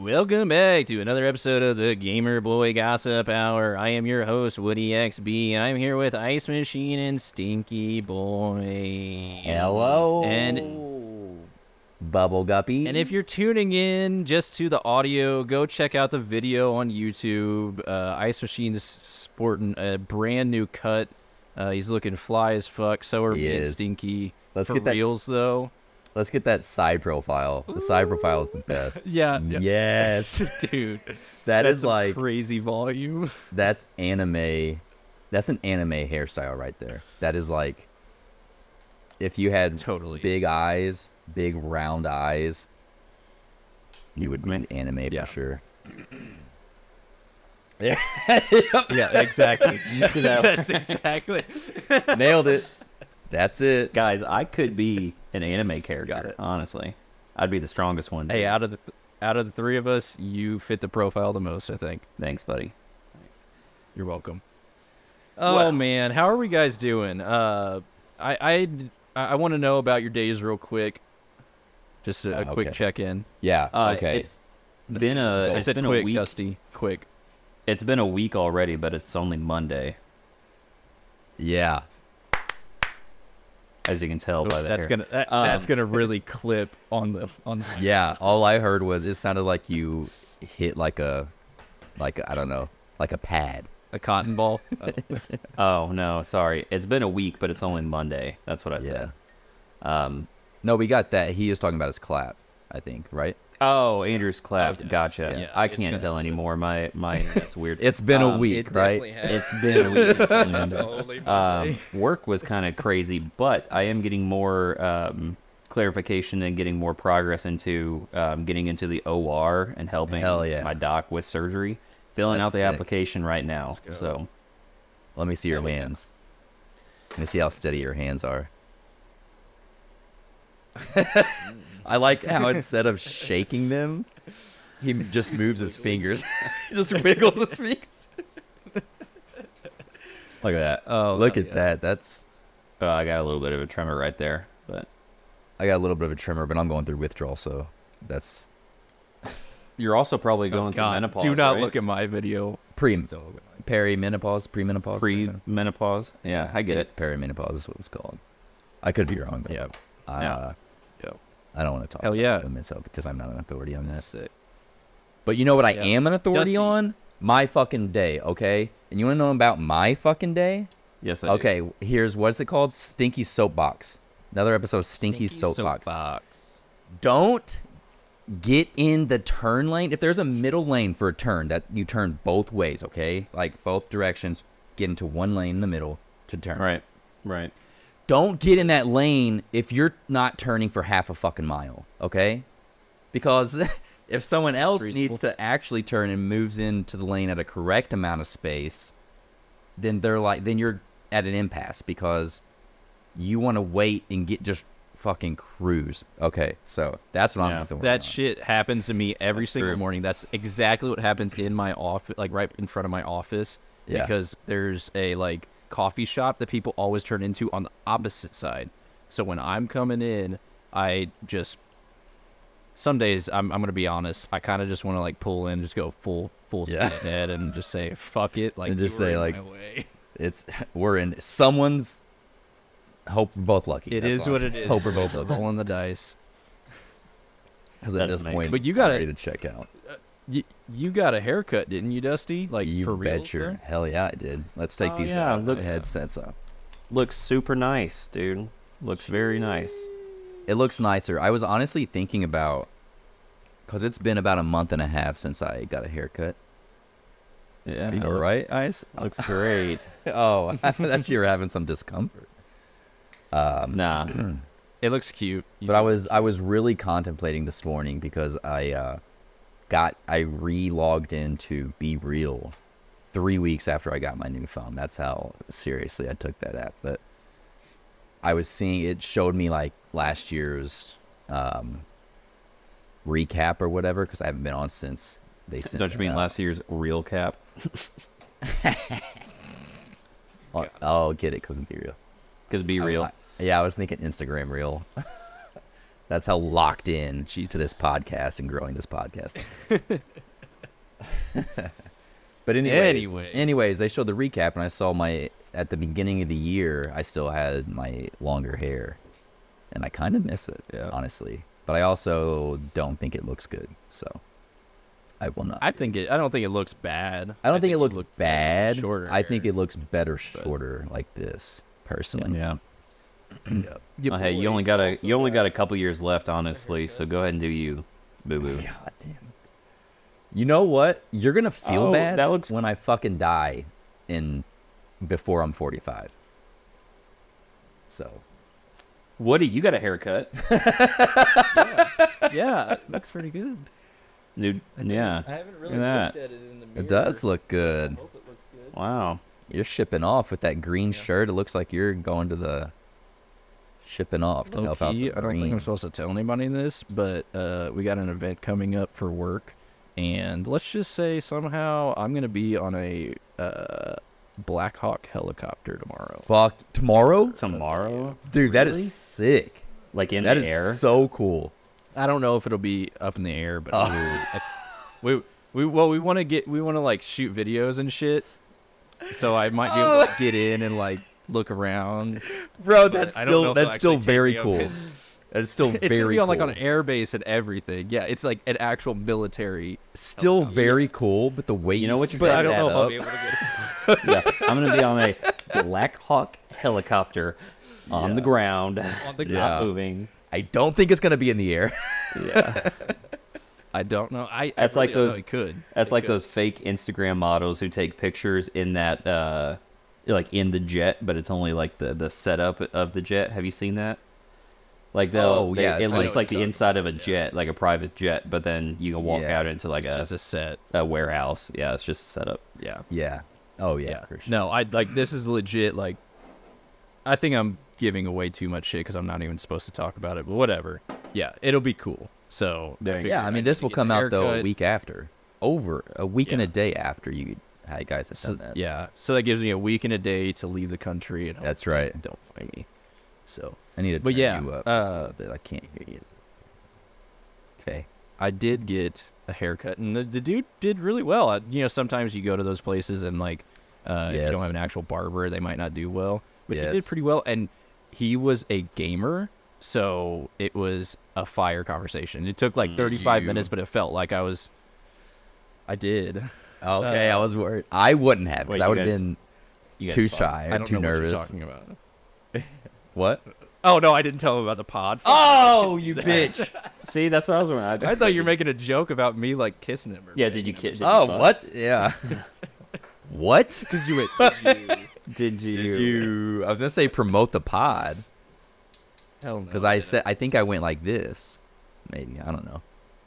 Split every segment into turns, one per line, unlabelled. Welcome back to another episode of the Gamer Boy Gossip Hour. I am your host, Woody XB, and I'm here with Ice Machine and Stinky Boy.
Hello.
And
Bubble Guppy.
and if you're tuning in just to the audio, go check out the video on YouTube. Uh, Ice Machine's sporting a brand new cut. Uh, he's looking fly as fuck. So are
He
me and
is.
Stinky.
Let's
For
get that s-
reels though.
let's get that side profile. The side profile is the best.
Yeah.
Yes.
dude.
That
that's
is
a
like
crazy volume.
that's anime. That's an anime hairstyle right there. That is like if you had
Totally.
big eyes, big round eyes, you would be anime
Yeah.
for sure.
Yeah, exactly. That's exactly.
Nailed it. That's it.
Guys, I could be an anime character.
Got it.
Honestly, I'd be the strongest one.
Hey,
too.
out of the th- out of the three of us, you fit the profile the most. I think.
thanks, buddy.
You're welcome. Oh
Well-
man, how are we guys doing? Uh, I I'd- I I want to know about your days real quick. Just a, a
Ah,
quick
okay.
check in.
Yeah.
Uh,
okay.
it's been a
I
it's
said
been
quick,
a week.
Dusty. Quick.
It's been a week already, but it's only Monday,
yeah.
as you can tell by the
that's
hair.
gonna that, that's
Um,
gonna really clip on the on. The,
Yeah, all I heard was it sounded like you hit like a, like I don't know, like a pad.
a cotton ball. Oh,
Oh no, sorry. It's been a week, but it's only Monday. That's what I
Yeah.
said. Um.
No, we got that. He is talking about his clap, I think, right?
Oh, Andrew's clap.
yes.
Gotcha.
Yeah,
I
it's
can't
gonna
tell anymore. My my internet's weird.
It's been a
Um,
week, right?
It's been a week. It's only Monday.
only Oh,
um, work was kind of crazy, but I am getting more um, clarification and getting more progress into um, getting into the OR and helping
Hell yeah.
my doc with surgery. Filling
That's
out the
sick.
application right now.
Let's go.
So
Let me see your hands. Let me see how steady your hands are. I like how instead of shaking them, he just moves his fingers. he just wiggles his fingers.
look at that.
Oh,
Look
hell
at
yeah.
that. That's
Uh, I got a little bit of a tremor right there, but
I got a little bit of a tremor, but I'm going through withdrawal, so that's
you're also probably going through
Oh, God,
menopause.
do not
right?
look at my video.
pre
So,
perimenopause, premenopause.
pre-menopause. Yeah, I get
It's
it.
perimenopause is what it's called. I could be wrong. Though.
yeah,
Uh,
Yeah.
yeah,
I don't want to talk
Hell
about
yeah.
women's health because I'm not an authority on
that's
that.
sick.
But you know what I
Yeah.
am an authority
Dusty.
on? My fucking day, okay? And you want to know about my fucking day?
Yes. I do.
okay, here's what's it called? Stinky Soapbox. Another episode of Stinky, soapbox. Don't get in the turn lane. If there's a middle lane for a turn, that you turn both ways, okay? Like both directions, get into one lane in the middle to turn.
Right. Right.
don't get in that lane if you're not turning for half a fucking mile, okay? Because if someone else
Reasonable.
needs to actually turn and moves into the lane at a correct amount of space, then they're like then you're at an impasse because you want to wait and get just fucking cruise. Okay, so that's what
Yeah,
I'm thinking.
That shit happens to me every
That's
single
true.
morning. That's exactly what happens in my office, like right in front of my office,
Yeah.
because there's a like coffee shop that people always turn into on the opposite side. So when I'm coming in, I just some days I'm I'm gonna be honest. I kind of just want to like pull in, just go full full
Yeah.
speed ahead, and just say fuck it, like
And just
you were
say,
in
like,
my way.
It's we're in someone's hope we're both lucky.
It
That's
is
all.
what it is.
Hope we're both
We're
lucky.
rolling the dice.
Because at
That's
this
amazing.
point,
But you
I'm
gotta-
ready to check out.
You, you got a haircut, didn't you, Dusty? Like
you
for real,
bet your hell yeah I did. Let's take
Oh,
these
yeah,
uh,
looks-
headsets off.
Looks super nice, dude. Looks very nice.
It looks nicer. I was honestly thinking about because it's been about a month and a half since I got a haircut.
Yeah.
You
looks-
right, Ice?
Looks great.
Oh, I thought you were having some discomfort. Um,
nah.
It looks cute. You
But I was I was really contemplating this morning because I uh, got I re-logged into Be Real three weeks after I got my new phone. That's how seriously I took that app. But I was seeing it showed me like last year's um, recap or whatever because I haven't been on since they sent.
Don't you
that
mean
out.
last year's real cap?
Oh, I'll get it because Be Real.
Because be real.
I- yeah, I was thinking Instagram Reel. That's how locked in to this
Jesus.
podcast and growing this podcast. but anyways,
Anyway.
anyways, they showed the recap, and I saw my at the beginning of the year, I still had my longer hair, and I kind of miss it,
Yeah.
honestly. But I also don't think it looks good, so I will not.
I think it. I don't think it looks bad.
I don't think, it looks
looked
bad.
shorter.
I think it looks better shorter like this, personally.
Yeah.
Your
Oh, hey, you
boy
only got a you only got a couple years left, honestly. So go ahead and do you, boo boo.
God damn. You know what? You're gonna feel
Oh,
bad
that looks-
when I fucking die in before I'm 45. So
Woody, you got a haircut,
yeah, it looks pretty good.
dude. Yeah.
haven't
really Look at looked that.
it in the mirror.
it does look good.
it looks good.
Wow.
You're shipping off with that green shirt. It looks like you're going to the shipping off to help out. The
I don't think I'm
Marines.
supposed to tell anybody this, but uh, we got an event coming up for work, and let's just say somehow I'm gonna be on a uh, Black Hawk helicopter tomorrow.
Fuck tomorrow,
Tomorrow,
dude. That
Really?
is sick.
like in
That
the
is
air.
so cool.
I don't know if it'll be up in the air, but we, we we well we want to get we want to like shoot videos and shit, so I might be able to get in and like look around.
bro that's
I don't know
still
if they'll
that's still
actually take
very
me up.
cool that's still
It's
very
gonna be on like
cool.
on an airbase and everything. Yeah, it's like an actual military.
still very cool but the way you
know what you
set
said,
I don't
that
Oh, know if I'll
up-
be able to get.
yeah, I'm gonna be on a Black Hawk helicopter on the ground,
On the
Yeah.
not moving.
i don't think it's gonna be in the air
Yeah,
I don't know. I I
That's like
really don't know.
those-
It could.
that's
It
like
could.
those fake Instagram models who take pictures in that, uh, like in the jet, but it's only like the the setup of the jet. Have you seen that? Like they'll,
Oh,
they-
yeah,
it
it's
looks
like-
like the inside of a jet, like a private jet, but then you can walk
Yeah.
out into like
It's
a,
just a set.
a warehouse. Yeah, it's just a setup.
Yeah.
yeah oh yeah,
Yeah.
for sure
No, I like this is legit. Like, I think I'm giving away too much shit because I'm not even supposed to talk about it. But whatever. Yeah, it'll be cool. So
There you go.
figured
yeah i mean
need
this
to
will
get
come
the
out though a
haircut.
week after over a week and a
Yeah.
day after you hi guys have
So,
done that
yeah. So that gives me a week and a day to leave the country. And hope
that's right
Don't find me. So
i need to
But
turn
yeah,
you up
uh,
so that i can't hear you okay
I did get a haircut, and the, the dude did really well. I, you know, sometimes you go to those places and like, uh, if you
Yes.
don't have an actual barber, they might not do well. But he
Yes.
did pretty well, and he was a gamer, so it was a fire conversation. It took like thirty-five
you-
minutes, but it felt like I was. I did.
okay
Uh,
i was worried i wouldn't have because
wait,
i
you
would have
guys-
been
You guys
too
fuck.
shy
I
or
don't
too
know
nervous
what you're talking about.
what
Oh no, I didn't tell him about the pod.
oh you bitch
See, that's what I was wondering.
I thought you were making a joke about me like kissing him. Or
Yeah, did you kid? did you
oh
fuck?
what yeah what
Because you went.
Did you?
Did you? I was gonna say promote the pod
Hell no.
because I said I think I went like this. Maybe I don't know.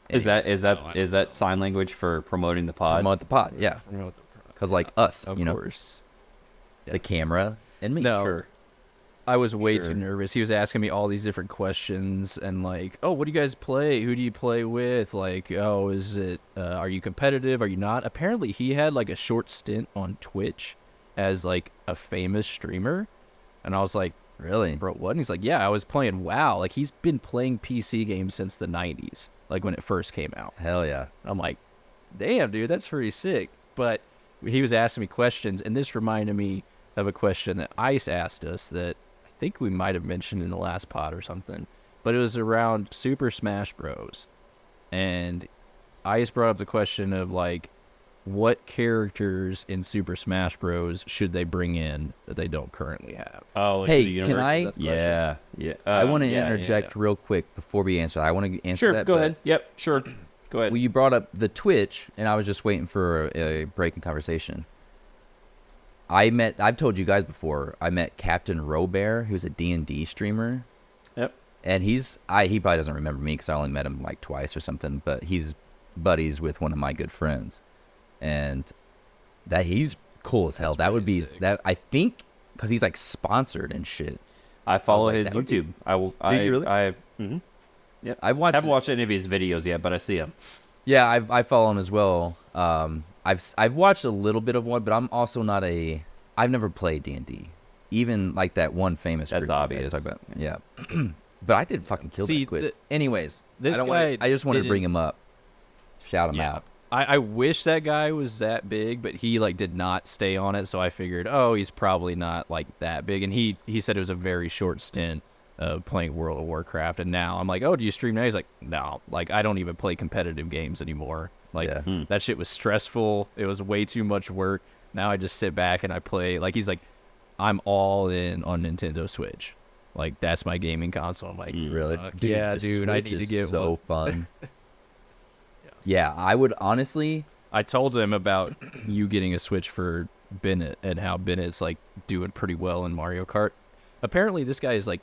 Is that is
No, I
that
don't
is that sign language for promoting the pod?
Promote the pod, yeah.
didn't.
Because like us,
Of
you know,
course.
the camera and me.
No.
Sure.
I was way
Sure.
too nervous. He was asking me all these different questions and like, "Oh, what do you guys play? Who do you play with? Like, oh, is it uh, are you competitive? Are you not?" Apparently, he had like a short stint on Twitch as like a famous streamer, and I was like,
really.
"Bro, what?" And he's like, "Yeah, I was playing WoW. Like, he's been playing PC games since the '90s, like when it first came out."
Hell yeah.
I'm like, damn, dude, that's pretty sick. But he was asking me questions, and this reminded me of a question that Ice asked us that I think we might have mentioned in the last pod or something. But it was around Super Smash Bros. And Ice brought up the question of like, what characters in Super Smash Bros. should they bring in that they don't currently have?
Oh, like
Hey,
the
can
universe-
I-
Yeah, yeah.
I
um,
want to
yeah, yeah,
interject real quick before we answer. that. I want to
yeah.
answer
Sure,
that.
go
but-
ahead. Yep, sure. Go ahead.
Well, you brought up the Twitch, and I was just waiting for a, a break in conversation. I met. I've told you guys before. I met Captain Robert, who's a D and D streamer.
yep.
and he's I he probably doesn't remember me because I only met him like twice or something. But he's buddies with one of my good friends, and that he's cool as hell. that would
pretty
be
sick.
that I think because he's like sponsored and shit.
I follow
like,
his
that would be-
YouTube. I will. I,
you really?
I. mhm. Yep.
I've watched
haven't
it-
watched any of his videos yet, but I see him.
Yeah, I've, I follow him as well. Um, I've s- I've watched a little bit of one, but I'm also not a. I've never played D and D, even like that one famous.
That's
group you guys
obvious.
talk about. Yeah, But I did fucking kill
See,
that quiz.
th-
Anyways,
this
I don't wanna-
guy
I just wanted to
didn't-
bring him up, shout him out.
I, I wish that guy was that big, but he like did not stay on it, so I figured, oh, he's probably not like that big. And he he said it was a very short stint of playing World of Warcraft, and now I'm like, oh, do you stream now? He's like, no, like I don't even play competitive games anymore. Like
Yeah.
that shit was stressful. It was way too much work. Now I just sit back and I play. Like he's like, I'm all in on Nintendo Switch. Like that's my gaming console. I'm like,
Really?
Mm, fuck yeah,
the
dude. I
Switch
need to
is
get one.
so fun. yeah. I would honestly.
I told him about you getting a Switch for Bennett and how Bennett's like doing pretty well in Mario Kart. Apparently, this guy is like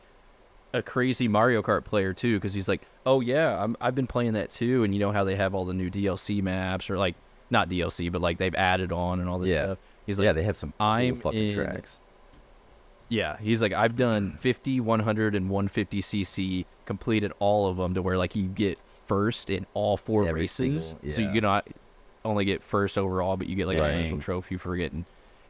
a crazy Mario Kart player too, because he's like, "Oh yeah, I'm, I've been playing that too." And you know how they have all the new DLC maps, or like not DLC, but like they've added on and all this
Yeah.
stuff. He's like,
yeah, they have some cool
I'm
fucking
in-
tracks.
yeah, he's like, I've done 50, 100, and 150 cc, completed all of them to where like you get first in all four
Every
races.
single-
So
yeah.
you not only get first overall, but you get like a special
Dang.
trophy for getting.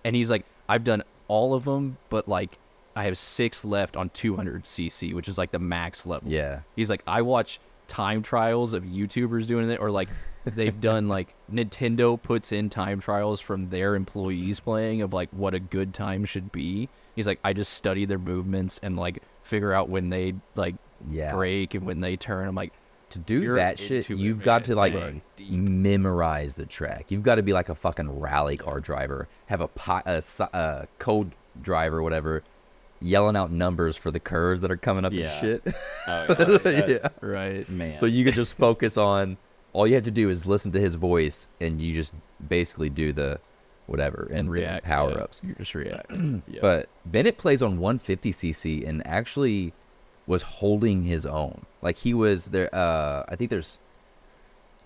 And he's like, I've done all of them, but like I have six left on 200 cc, which is like the max level.
Yeah.
He's like, I watch time trials of YouTubers doing it, or like they've done like Nintendo puts in time trials from their employees playing of like what a good time should be. He's like, I just study their movements and like figure out when they like
Yeah.
break and when they turn. I'm like,
To do
You're
that shit,
into it,
you've
man.
got to like
Right.
memorize the track. You've got to be like a fucking rally car driver, have a, po- a, si- a code driver, whatever, yelling out numbers for the curves that are coming up
Yeah.
and shit.
Oh, yeah, that-
yeah.
right,
Man.
So you could just focus on all you have to do is listen to his voice, and you just basically do the whatever and,
and
the
react
power ups.
You just react. yeah.
But Bennett plays on 150cc and actually was holding his own. Like he was there. Uh, I think there's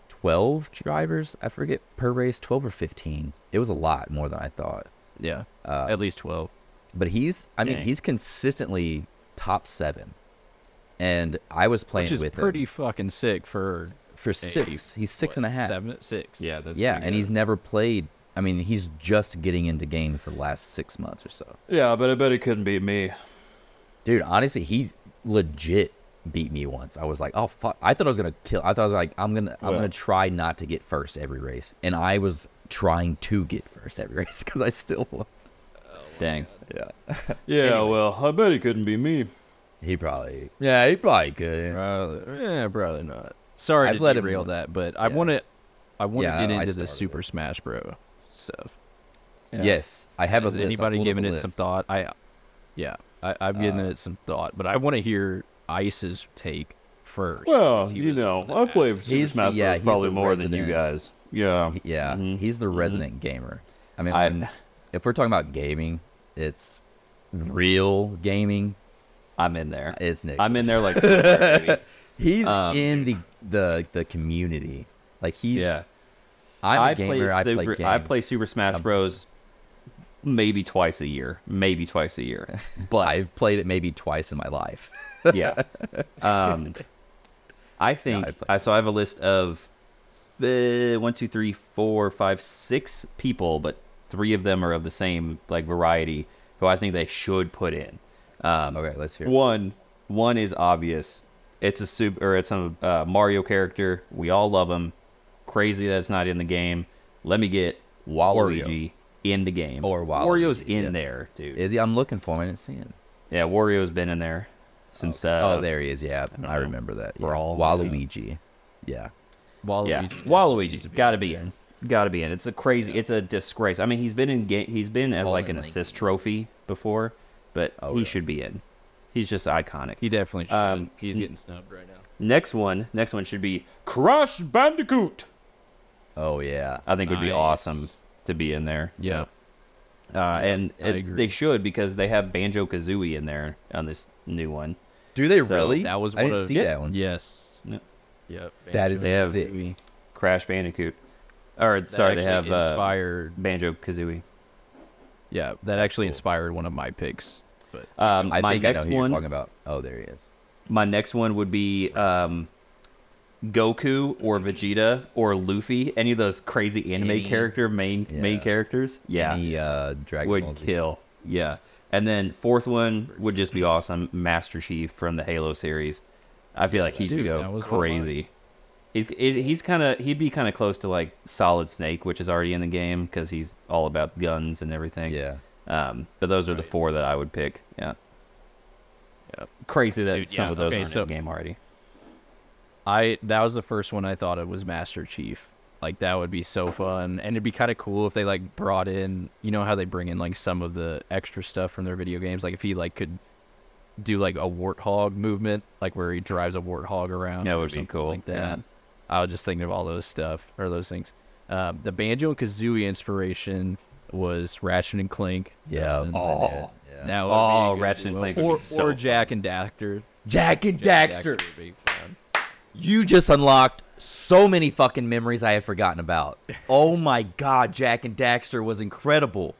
12 drivers. I forget per race, 12 or 15. It was a lot more than I thought.
yeah,
uh,
at least twelve.
But he's, I mean,
Dang.
he's consistently top seven. And I was playing
Which is
with
pretty
him
fucking sick for
for six. He's six
what,
and a half.
seven, six.
yeah, that's
yeah,
pretty
and
good.
he's never played. I mean, he's just getting into game for the last six months or so.
Yeah, but I bet it couldn't be me.
Dude, honestly, he legit beat me once. I was like, oh fuck! I thought I was gonna kill. I thought I was like, I'm gonna, I'm
Well.
gonna try not to get first every race, and I was trying to get first every race because I still won.
Dang.
Yeah,
Yeah, well, I bet it couldn't be me.
he probably. Yeah, he probably could.
Probably, yeah, probably not. Sorry
I've
to
let him-
derail that, but I
yeah.
want to, I want
Yeah,
to get
I- I
into the
started
Super Smash Bro stuff.
Yeah.
Yes, I have a
Has
list. I
anybody
pulled up
giving
a
it some
list. Uh,
thought? I, yeah, I, I've given it some thought, but I want to hear Ice's take first.
Well,
because he
you
was
know,
on the
I
ass.
played Super
He's the-
Smash
yeah,
Bros.
he's
probably
the
more than you
resident.
guys. Yeah.
Yeah,
Mhm.
he's the resident gamer. I mean,
I-
when- if we're talking about gaming, it's real gaming.
I'm in there.
It's Nick.
I'm in there like swear, baby.
He's
Um,
in the the the community. Like he's.
Yeah.
I'm a
I play
gamer. I play
Super,
games. Um,
I play Super Smash Bros. maybe twice a year, maybe twice a year. But
I've played it maybe twice in my life.
yeah. Um, I think
I play-
I, so. I have a list of uh, one, two, three, four, five, six people, but three of them are of the same like variety who I think they should put in. Um,
Okay, let's hear. it.
One, one is obvious. It's a super, or it's a uh, Mario character. We all love him. Crazy that it's not in the game. Let me get Waluigi in the game.
Or
Wario's
Waluigi,
in
yeah.
there, dude.
Is he? I'm looking for him. I didn't see him.
yeah, Wario's been in there since. Uh,
oh, there he is. Yeah, I,
don't know.
remember that. Yeah.
Brawl,
Waluigi. Yeah.
Waluigi.
Yeah,
definitely needs to
Waluigi, got to
up
be
there.
in. Got to be in. It's a crazy. It's a disgrace. I mean, he's been in. Ga- he's been as
All
like
in
an
Link.
assist trophy before, but
Oh,
he
yeah.
should be in. He's just iconic.
He definitely. Should.
Um,
He's getting snubbed right now.
Next one. Next one should be Crash Bandicoot.
Oh yeah.
I think it would be
Nice.
awesome to be in there.
Yeah.
Uh, and
I
it-
agree.
they should because they have Banjo Kazooie in there on this new one.
Do they
So,
really?
that was
I
one
didn't
of-
see
Yeah.
that one.
Yes.
Yep.
Yep.
That is
They have-
sick.
Crash Bandicoot. Or sorry, they have uh,
inspired.
Banjo Kazooie.
yeah, that actually inspired one of my picks. But
Um,
I
my
think I know
next
who you're
one.
talking about. Oh, there he is.
My next one would be um, Goku or Vegeta or Luffy, any of those crazy anime
Any-
character main main
yeah.
characters. Yeah,
Any, uh, Dragon
would
Ball Z?
kill. Yeah, And then fourth one would just be awesome, Master Chief from the Halo series. I feel like he'd
Dude, that
go
was one of mine.
crazy. He's he's kind of he'd be kind of close to like Solid Snake, which is already in the game because he's all about guns and everything.
Yeah.
Um, but those are the four that I would pick. Yeah.
Yep.
Crazy that
Dude,
some
yeah,
of those
okay,
aren't
so-
in the game already.
I that was the first one I thought of was Master Chief. Like that would be so fun, and it'd be kind of cool if they like brought in, you know how they bring in like some of the extra stuff from their video games. Like if he like could do like a warthog movement, like where he drives a warthog around.
That
or
would be
something
cool,
Like
yeah.
that. I was just thinking of all those stuff or those things. Uh, the banjo and kazooie inspiration was Ratchet and Clank.
Yeah.
Dustin.
Oh, yeah.
That would be
Oh,
a good
Ratchet and
one.
Clank would be
or,
so
or
fun.
Jack and Daxter.
Jack and
Jack and
Daxter.
would be fun.
You just unlocked so many fucking memories I had forgotten about. Oh my god, Jack and Daxter was incredible.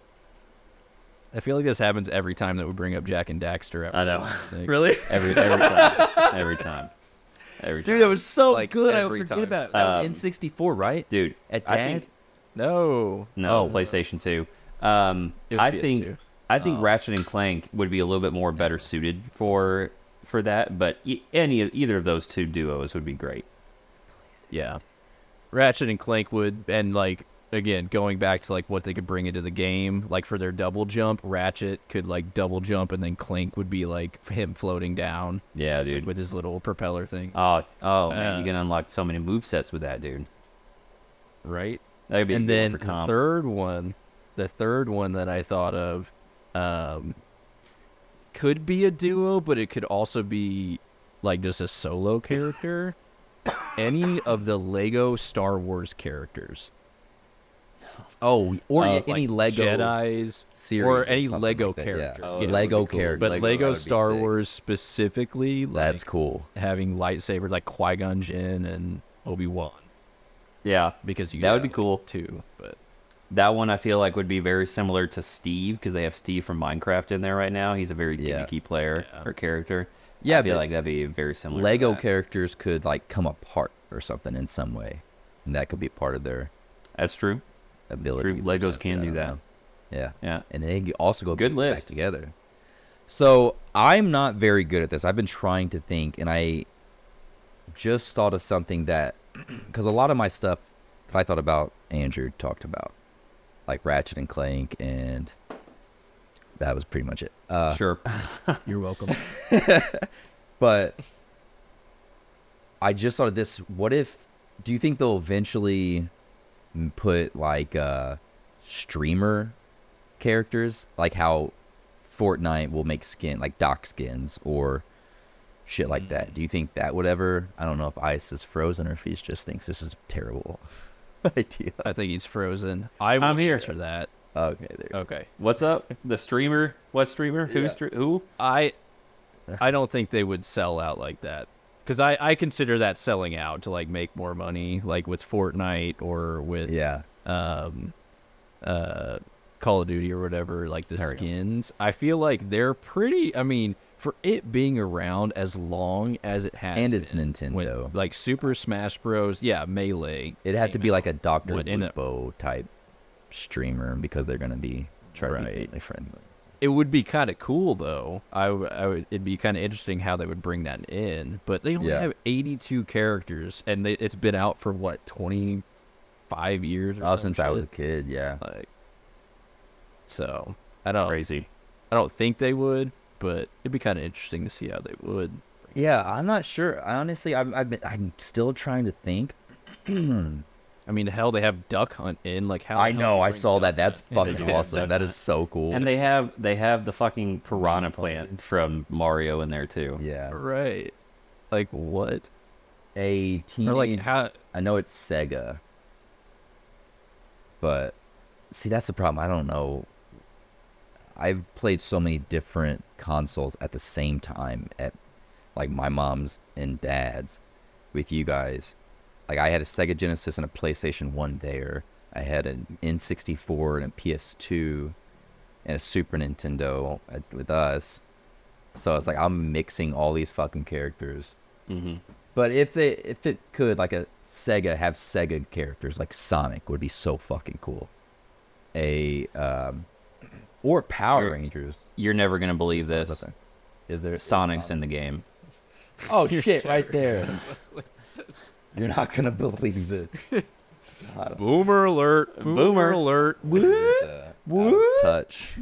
I feel like this happens every time that we bring up Jack and Daxter. At
I know.
Like,
Really?
Every every time. every time. Every time.
Dude, that was so
Like,
good. I
every
forget
time.
about it. That was
Um,
in 64, right?
Dude,
At
I
dad?
think-
No.
No,
Oh.
PlayStation Two. Um,
It was
I
PS2.
think I
Oh.
think Ratchet and Clank would be a little bit more better suited for for that, but e- any of either of those two duos would be great.
Yeah. Ratchet and Clank would, and like again, going back to like what they could bring into the game, like for their double jump, Ratchet could like double jump, and then Clank would be like him floating down
Yeah, dude.
with his little propeller thing.
oh, oh man,
Uh,
you can unlock so many move sets with that, dude.
right.
That would be
and
good
then
for
the
comp.
third one, the third one that I thought of, um, could be a duo, but it could also be like just a solo character. Any of the Lego Star Wars characters,
Oh, or
Uh,
any
like
Lego
Jedi's
series
or any
something
Lego
like that, yeah.
character,
Oh,
you know.
that would be
Lego
cool.
character.
but
Lego,
Lego,
that would be
Star
sick.
Wars specifically,
That's
like,
cool.
Having lightsabers like Qui Gon Jinn and Obi Wan,
yeah,
because you
That would
have
be cool.
too. But
that one I feel like would be very similar to Steve because they have Steve from Minecraft in there right now. He's a very
Yeah.
gimmicky player or character.
Yeah,
I feel
but
like that'd be very similar. to
Lego
that.
characters could like come apart or something in some way, and that could be part of their
That's true.
ability.
true.
or
Legos
something,
can
I
do
don't
that.
know. Yeah,
Yeah.
and they can also go
Good
back
list.
together. So I'm not very good at this. I've been trying to think, and I just thought of something that because a lot of my stuff that I thought about, Andrew talked about, like Ratchet and Clank, and that was pretty much it. Uh,
sure.
you're welcome.
but I just thought of this. What if? Do you think they'll eventually m- put like uh, streamer characters, like how Fortnite will make skin like dock skins or shit like that? Do you think that would ever? I don't know if Ice is frozen or if he just thinks this is a terrible idea.
I think he's frozen. I
I'm
will
here.
answer that.
Okay, there.
Okay.
What's up? The streamer? What streamer? Who's stre- who?
I I don't think they would sell out like that. Cuz I I consider that selling out to like make more money like with Fortnite or with
Yeah,
Call of Duty or whatever like the
There we go.
skins. I feel like they're pretty I mean for it being around as long as it has
And it's
been,
Nintendo.
like Super Smash Bros. Yeah, Melee.
it'd have to be like a Doctor
What in it?
Lupo type streamer because they're gonna be trying to
Right.
be family friendly.
It would be kind of cool though. I, w- I would, it'd be kind of interesting how they would bring that in, but they only
Yeah.
have 82 characters and they, it's been out for what 25 years or
Oh,
some
since I was a
shit?
kid, yeah.
like so I
Oh.
don't
Crazy.
I don't think they would, but it'd be kind of interesting to see how they would.
Yeah, I'm not sure. I Honestly, I'm I've been, I'm still trying to think.
I mean, hell, they have Duck Hunt in like how
I
the hell
know.
they
I
Oh, bring
saw
Duck
that. That's
Hunt in?
fucking
do have
awesome.
duck
That is so cool.
And they have they have the fucking piranha plant from Mario in there too.
yeah,
right? Like what?
a
Or like
teenage.
how?
I know it's Sega, but see, that's the problem. I don't know. I've played so many different consoles at the same time at like my mom's and dad's with you guys. Like I had a Sega Genesis and a PlayStation 1 there. I had an N64 and a PS2 and a Super Nintendo at, with us. So it's like I'm mixing all these fucking characters.
Mm-hmm.
But if they if it could like a Sega have Sega characters like Sonic would be so fucking cool. A um, or Power
You're-
Rangers.
You're never gonna believe this.
Okay. Is there is
Sonic's in the game.
Oh shit! Right there. You're not gonna believe this.
Boomer alert! Boomer,
Boomer.
alert!
It was, uh, out of touch.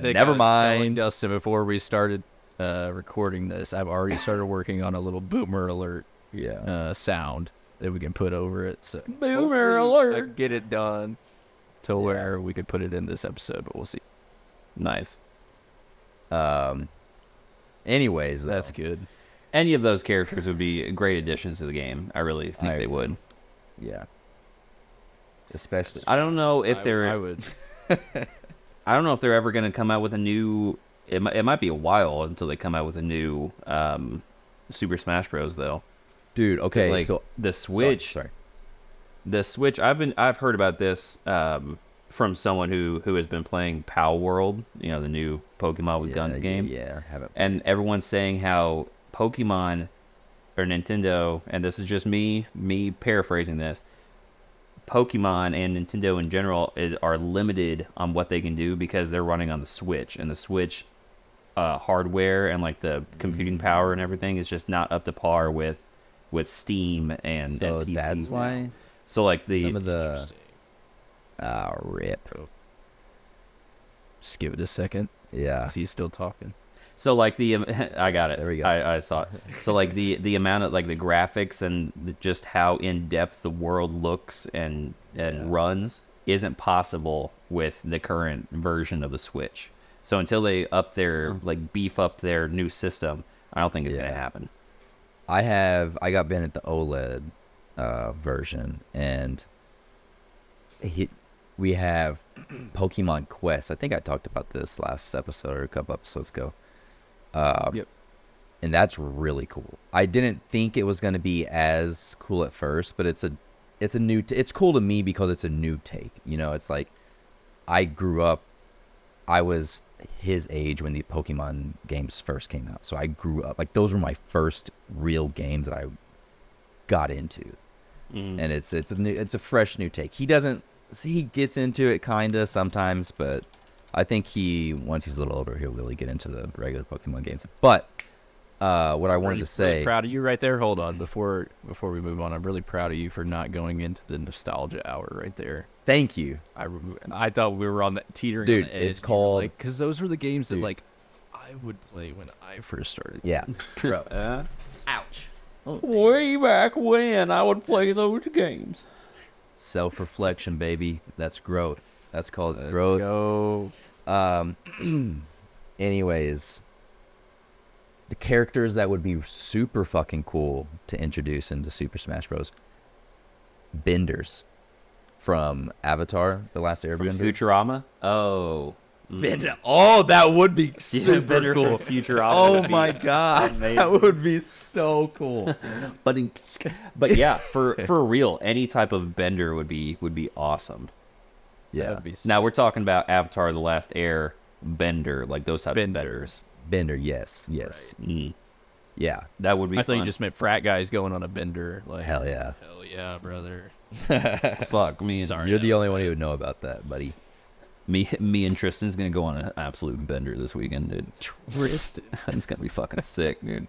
Nick,
Never
I was telling
mind.
Dustin, before we started uh, recording this, I've already started working on a little boomer alert
Yeah.
uh, sound that we can put over it. So
Boomer
hopefully I
alert.
get it done to where we could put it in this episode, but we'll see.
Nice.
Anyways, though,
That's good.
Any of those characters would be great additions to the game. I really think
I
they
agree.
would.
yeah. Especially
I don't know if
I-
they're.
I would.
I don't know if they're ever going to come out with a new. It might, it might be a while until they come out with a new um, Super Smash Bros. Though,
dude.
'Cause,
Okay,
like
so
the
sorry,
Switch,
Sorry,
the Switch. I've been I've heard about this um, from someone who who has been playing Pal World. You know, the new Pokemon with
Yeah,
guns
yeah,
game,
Yeah, haven't.
and everyone's saying how Pokemon or Nintendo, and this is just me me paraphrasing this. Pokemon and Nintendo in general is, are limited on what they can do because they're running on the Switch, and the Switch uh, hardware and like the
Mm-hmm.
computing power and everything is just not up to par with with Steam and, and
so
PCs
that's
now.
why
So like the, Oh,
some of the ah rip.
Just give it a second. Ah,
Yeah,
He's still talking.
so like the um, I got it.
There we go.
I, I saw it. So like the the amount of like the graphics and the, just how in depth the world looks and and runs isn't possible with the current version of the Switch. So until they up their like beef up their new system, I don't think it's
Hmm. Yeah.
gonna happen.
I have. I got Ben at the OLED uh, version, and he, we have Pokemon Quest. I think I talked about this last episode or a couple episodes ago.
yep.
and that's really cool. I didn't think it was going to be as cool at first, but it's a it's a new t- it's cool to me because it's a new take. You know, it's like I grew up I was his age when the Pokemon games first came out. So I grew up like those were my first real games that I got into.
Mm.
And it's it's a new it's a fresh new take. He doesn't see he gets into it kind of sometimes, but I think he once he's a little older, he'll really get into the regular Pokemon games. But uh, what I wanted
Really-
to say,
really proud of you right there. Hold on, before before we move on, I'm really proud of you for not going into the nostalgia hour right there.
thank you.
I rem- I thought we were on the teetering.
Dude, it's called-
because those were the games that
Dude.
like I would play when I first started.
Yeah, bro.
Ouch.
oh,
Oh, Way back when I would play those games.
Self reflection, baby. That's growth. That's called
Let's
growth.
go.
anyways, the characters that would be super fucking cool to introduce into Super Smash Bros. Benders from Avatar: The Last
From
Airbender.
Futurama? Oh.
Bender. Oh, that would be
Bender from Futurama would
Oh
be
my god, that
amazing.
would be so cool.
But in- but yeah, for for real, any type of bender would be would be awesome.
yeah,
That'd be sick.
Now we're talking about Avatar: The Last Air bender, like those types
Bender.
of benders.
Bender. Yes, yes,
Mm,
yeah.
that would be.
I thought
fun.
you just meant frat guys going on a bender. Like
Hell yeah.
hell yeah, brother.
fuck me. And,
Sorry.
You're the only one who would know about that, buddy.
Me me and Tristan's gonna go on an absolute bender this weekend, dude.
Tristan.
It's gonna be fucking sick, dude.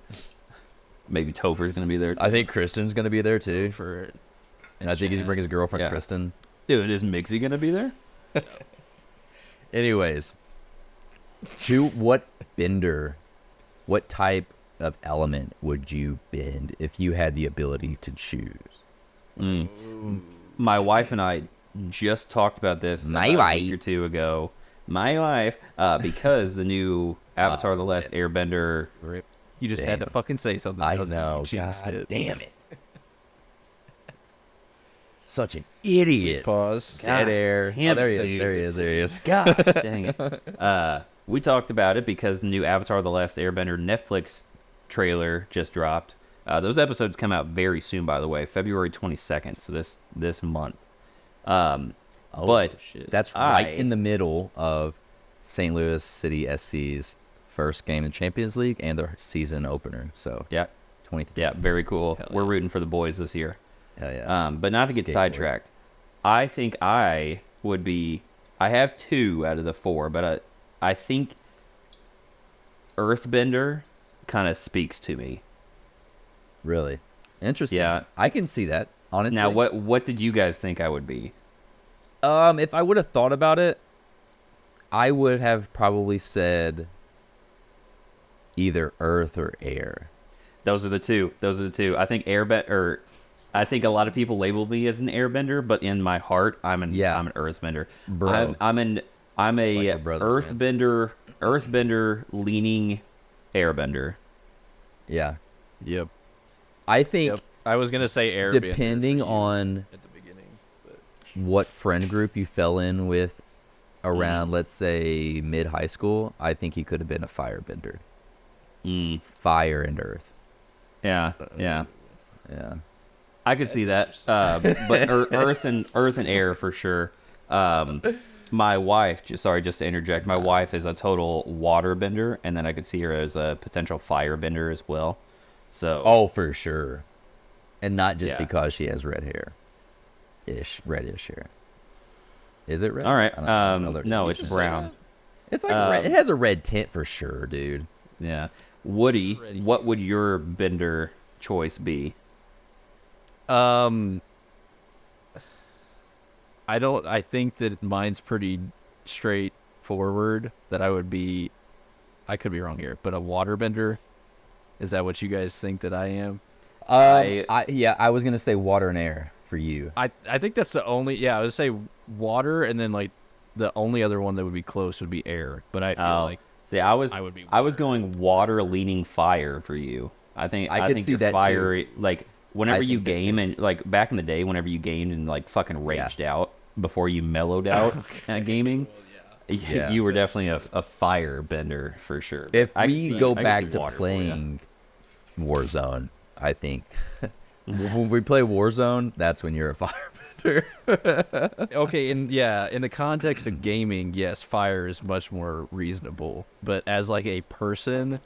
Maybe Topher's gonna be there. Too.
I think Kristen's gonna be there too,
For
and I think he's gonna bring his girlfriend
Yeah.
Kristen.
Dude, is Mixie gonna be there?
Anyways, to what bender, what type of element would you bend if you had the ability to choose?
my wife and I just talked about this
My
about a
wife.
week or two ago. My wife, uh, because the new Avatar: The Last Airbender.
rip. You just had to
Damn.
fucking say something.
I
Dustin. You
know.
jinxed
God
it.
damn it. Such an idiot.
Pause.
Dead air.
damn
Oh, there he
it,
is.
dude.
There he is. There he is.
Gosh, dang it! Uh, we talked about it because the new Avatar: The Last Airbender Netflix trailer just dropped. Uh, those episodes come out very soon, by the way, February twenty second. So this this month. Um,
Oh,
but
That's right
I-
in the middle of St. Louis City SC's first game in the Champions League and their season opener. So
yeah,
23.
yeah, very cool.
Hell
We're
yeah.
rooting for the boys this year.
Hell yeah.
Um, but not to get
Skateboards.
sidetracked, I think I would be. I have two out of the four, but I, I think Earthbender kind of speaks to me.
Really interesting.
Yeah.
I can see that. Honestly,
Now, what what did you guys think I would be?
Um, if I would have thought about it, I would have probably said either Earth or Air.
Those are the two. Those are the two. I think airbend or I think a lot of people label me as an airbender, but in my heart, I'm an
Yeah.
I'm an earthbender.
Bro.
I'm I'm an I'm
like
a
we're brothers, man.
earthbender earthbender leaning airbender.
Yeah,
Yep.
I think
Yep. I was gonna say air
depending on
at the beginning. But
what friend group you fell in with
Mm-hmm.
around, let's say mid high school, I think he could have been a firebender.
Mm.
Fire and Earth.
Yeah,
Uh,
yeah.
Yeah.
I could see that. Uh, but er, earth and earth and air for sure. Um, my wife, ju- sorry, just to interject, my wife is a total water bender, and then I could see her as a potential fire bender as well. So
Oh, for sure. And not just
Yeah.
because she has red hair. Ish, reddish hair. Is it red?
All right.
I don't know.
Um,
Other-
no,
you
it's um,
just-
brown.
It's like red, it has a red tint for sure, dude.
Yeah. Woody,
Ready.
what would your bender choice be?
Um, I don't. I think that mine's pretty straightforward. That I would be, I could be wrong here, but a waterbender. Is that what you guys think that I am?
Um,
I-
I, yeah, I was gonna say water and air for you.
I I think that's the only. Yeah, I would say water, and then like the only other one that would be close would be air. But I feel
Oh,
like
see, I was I,
I would be
was
water.
going water leaning fire for you. I think
I
I,
could
think
see
you're
that too.
fiery. Like whenever you
think that
game and like back in the day, whenever you gamed and like fucking raged out before you mellowed out at gaming. y-
Yeah.
You were definitely a, a fire bender for sure.
If
I could
we
see- I
go
could see
back to
water for ya.
playing Warzone, I think when we play Warzone, that's when you're a firebender.
okay, in yeah, in the context of gaming, yes, fire is much more reasonable. But as like a person,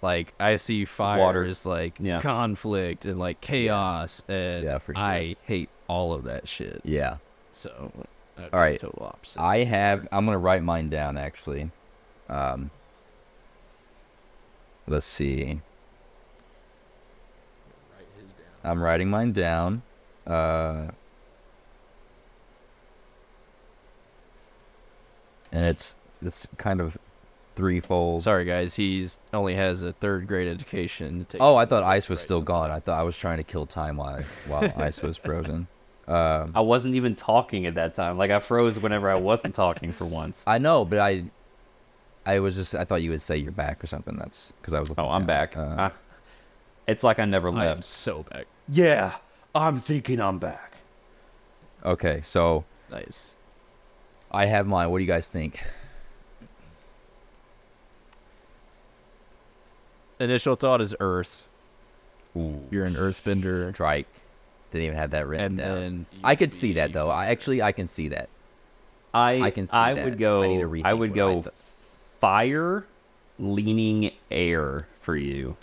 like I see fire
Water.
is like
Yeah.
conflict and like chaos, and
Yeah, for sure.
I hate all of that shit.
yeah,
So, I'd
All
be
right.
total opposite.
I have. I'm gonna write mine down actually. Um, let's see. I'm writing mine down. Uh, and it's it's kind of threefold.
Sorry, guys, he's only has a third grade education. It takes
Oh, I thought ice was
Right,
still
something
gone. I thought I was trying to kill time while while ice was frozen.
I wasn't even talking at that time. Like I froze whenever I wasn't talking for once.
I know, but I I was just I thought you would say you're back or something. That's because I was.
Oh,
looking
I'm
down.
back.
Uh,
Uh, it's like I never
I am
left.
so back.
Yeah, I'm thinking I'm back.
okay, so
Nice.
I have mine. What do you guys think?
Initial thought is Earth.
Ooh,
You're an Earthbender,
strike. Didn't even have that written
and
down.
then
I could see that though. I actually I can see that.
I
I can see
I
that.
would go.
I
I,
need to rethink
would
what
go
I th-
fire, leaning air for you.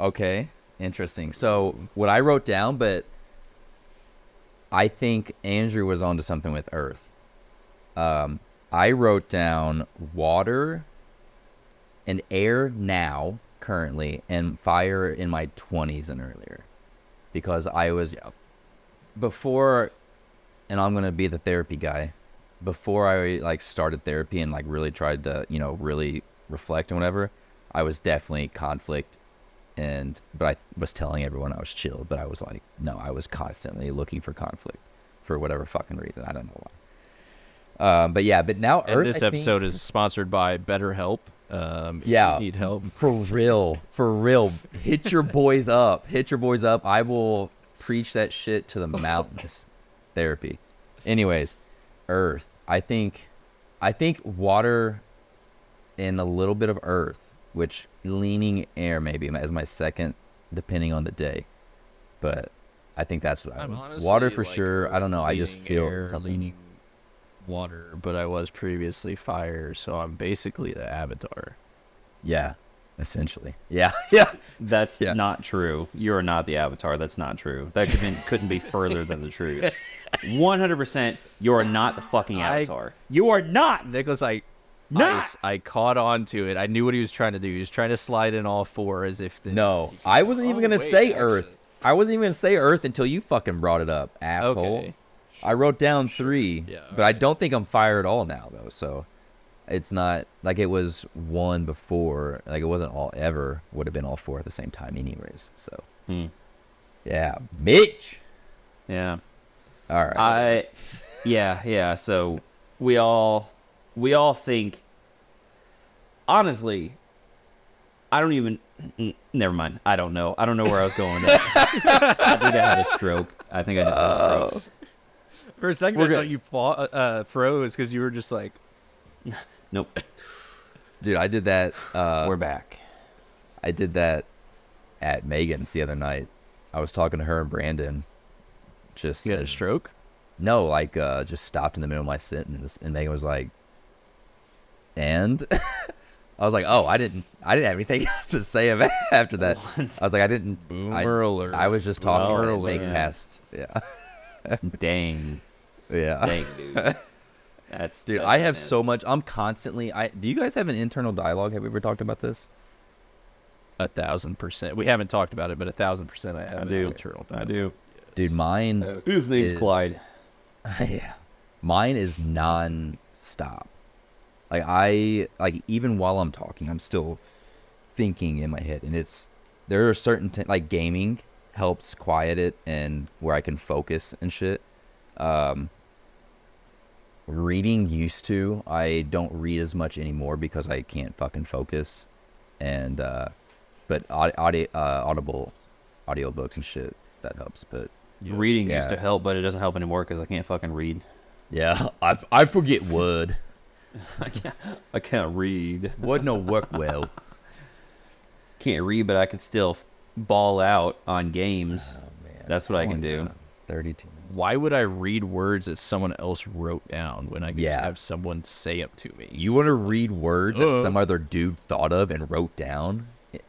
Okay, interesting. So what I wrote down, but I think Andrew was onto something with Earth. Um, I wrote down water and air now currently, and fire in my twenties and earlier, because I was
Yeah.
before, and I'm gonna be the therapy guy. Before I like started therapy and like really tried to you know really reflect and whatever, I was definitely conflict, and but I was telling everyone I was chill, but I was like no, I was constantly looking for conflict, for whatever fucking reason I don't know why. Um, but yeah, but now
And
Earth, I
this
think-
episode is sponsored by BetterHelp. Um, if you
Yeah.
need help?
For real, for real. Hit your boys up. Hit your boys up. I will preach that shit to the mountains. Therapy. Anyways, earth. I think I think water and a little bit of earth, which leaning air maybe as my second depending on the day. But I think that's what I
I'm
would.
honestly,
Water for
like,
sure. I don't know. I just
leaning
feel
air,
something.
leaning water, but I was previously fire, so I'm basically the avatar.
Yeah. Essentially. Yeah. Yeah.
That's
Yeah.
not true. You are not the avatar. That's not true. That couldn't couldn't be further than the truth. One hundred percent. You are not the fucking
I-
avatar. you are not.
Nicholas, I ice, I caught on to it. I knew what he was trying to do. He was trying to slide in all four as if the,
No, I wasn't even
Oh,
gonna
wait,
say
actually.
Earth. I wasn't even gonna say Earth until you fucking brought it up, asshole.
Okay.
I wrote down three,
Yeah,
but I don't think I'm fire at all now though. So it's not like it was one before. Like it wasn't all ever would have been all four at the same time, anyways. So
Hmm.
yeah, Mitch.
Yeah.
All right.
I, yeah, yeah. So we all, we all think. Honestly, I don't even. n- Never mind. I don't know. I don't know where I was going. with that. I think I had a stroke. I think I just had a stroke.
For a 2nd
We're
I
good.
thought you fa- uh, froze because you were just like,
Nope.
Dude, I did that. Uh,
We're back.
I did that at Megan's the other night. I was talking to her and Brandon. Just
you had a
as-
stroke?
No, like uh, just stopped in the middle of my sentence, and Megan was like, "And." I was like, "Oh, I didn't, I didn't have anything else to say about after that." I was like, "I didn't." I,
Boomer alert.
I was just talking.
Boomer
and Megan
alert.
passed. Yeah,
Dang.
yeah.
Dang, dude. That's
Dude,
that's
I have so
intense.
much. I'm constantly. I do you guys have an internal dialogue? Have we ever talked about this?
a thousand percent. We haven't talked about it, but a thousand percent I have.
I
an
do.
internal
I
dialogue.
do.
Dude, mine.
His name's
Is-
Clyde.
yeah. Mine is non-stop. Like I like even while I'm talking, I'm still thinking in my head and it's there are certain t- like gaming helps quiet it and where I can focus and shit. Um reading used to, I don't read as much anymore because I can't fucking focus and uh but audi- audi- uh, audible audiobooks and shit that helps but
Reading used
Yeah.
to help, but it doesn't help anymore because I can't fucking read.
yeah, I I forget word.
I can't read.
Would no work well.
Can't read, but I can still ball out on
Oh,
games.
Um,
That's what I can do.
uh, Thirty-two.
Why would I read words that someone else wrote down when I could
Yeah.
just have someone say it to me?
You want to read words that
Uh.
some other dude thought of and wrote down?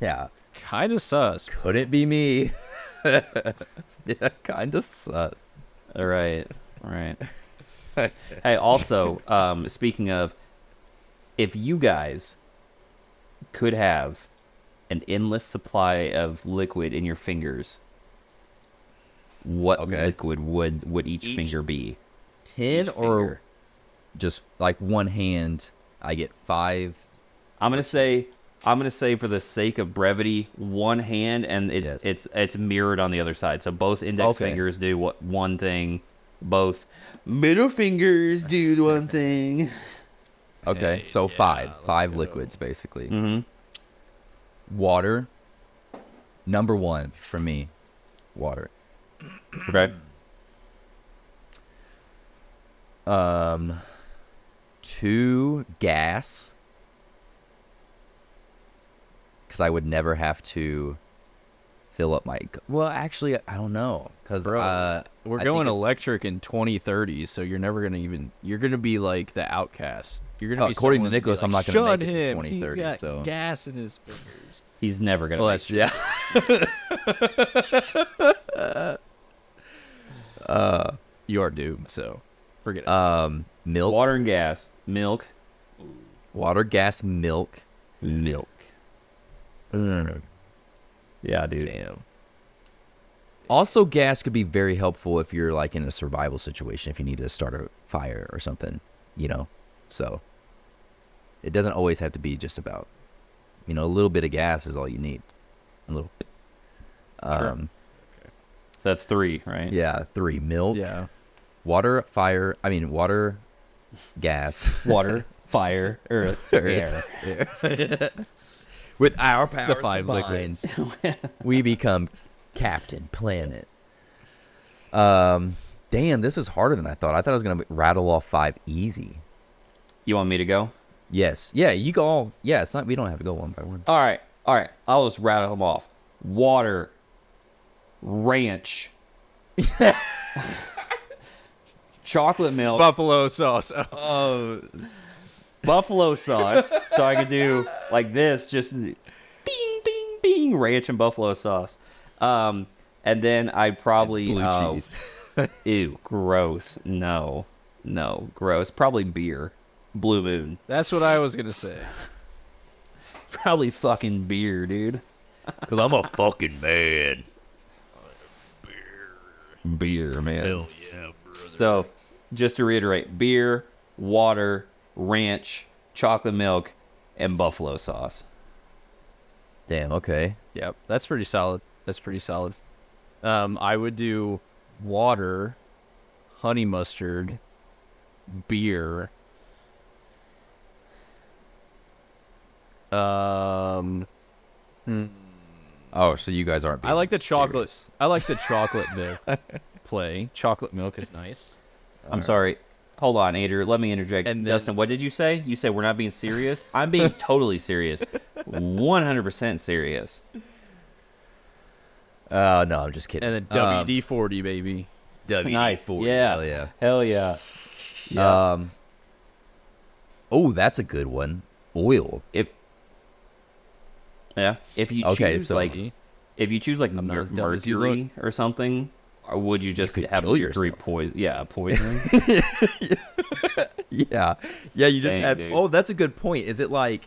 Yeah,
kind of sus.
could it be me? yeah, kind of sus.
All right. All right. hey, also, um, speaking of, if you guys could have an endless supply of liquid in your fingers, what
Okay.
liquid would would each,
Each-
finger be?
Ten
Each
or
finger.
just like one hand, I get five.
I'm gonna say I'm gonna say for the sake of brevity, one hand and it's
Yes.
it's it's mirrored on the other side. So both index
Okay.
fingers do what one thing, both middle fingers do one thing.
Okay,
Hey,
so
yeah,
five,
let's
five
go.
liquids basically.
Mm-hmm.
Water. Number one for me, water.
Okay.
Um, two gas, because I would never have to fill up my. g- Well, actually, I don't know, because
Bro,
uh,
We're
I think
going
it's-
electric in 2030, so you're never gonna even. You're gonna be like the outcast. You're gonna
Oh,
be
according to
someone that'd be
Nicholas, I'm
like,
not gonna make
"Shun
it to
him,
2030,
He's got
so-
gas in his fingers.
He's never gonna.
Well,
make
that's
it.
Yeah.
You are doomed. So forget it.
Um, milk, water,
Water and gas, milk,
gas, milk.
milk. Yeah, dude.
Damn.
Also, gas could be very helpful if you're like in a survival situation, if you need to start a fire or something, you know. So it doesn't always have to be just about, you know, a little bit of gas is all you need. A little.
Sure.
Um,
So that's three, right?
Yeah, three milk,
Yeah.
water, fire. I mean, water, gas.
Water, fire, earth, air.
With our powers
five
combined, we become Captain Planet. Um, damn, this is harder than I thought. I thought I was gonna rattle off five easy.
You want me to go?
Yes. Yeah, you go all. Yeah, it's not. We don't have to go one by one.
All right, all right. I'll just rattle them off. Water, ranch, chocolate milk,
Buffalo sauce.
Oh,
buffalo sauce. so I could do like this, just bing, bing, bing, ranch and buffalo sauce. Um, and then I'd probably
blue
uh,
cheese.
Ew, gross. No, no, gross. Probably beer. Blue Moon.
That's what I was gonna say.
Probably fucking beer, dude.
Because I'm a fucking man.
Beer, man.
Hell yeah, brother.
So, just to reiterate, beer, water, ranch, chocolate milk, and buffalo sauce.
Damn. Okay.
Yep, that's pretty solid. That's pretty solid. Um, I would do water, honey mustard, beer. Um,
Oh, so you guys aren't.
I like the
being
chocolate.
serious.
I like the chocolate milk play. Chocolate milk is nice.
I'm sorry. Hold on, Andrew. Let me interject.
And then-
Dustin, what did you say? You said we're not being serious. I'm being totally serious, 100% serious.
Uh, no, I'm just kidding.
And then
Um,
WD forty baby.
WD-40,
Nice. Yeah.
Hell Um, yeah.
Hell yeah.
Um. Oh, that's a good one. Oil.
If yeah, if you
Okay,
choose
so-
like if you choose like
not
mer-
as dumb as you
mercury or something, or would you just
could
have
kill
three
yourself.
poison? Yeah, poisoning.
Yeah. Yeah, you just
Dang,
have
dude.
Oh, that's a good point. Is it like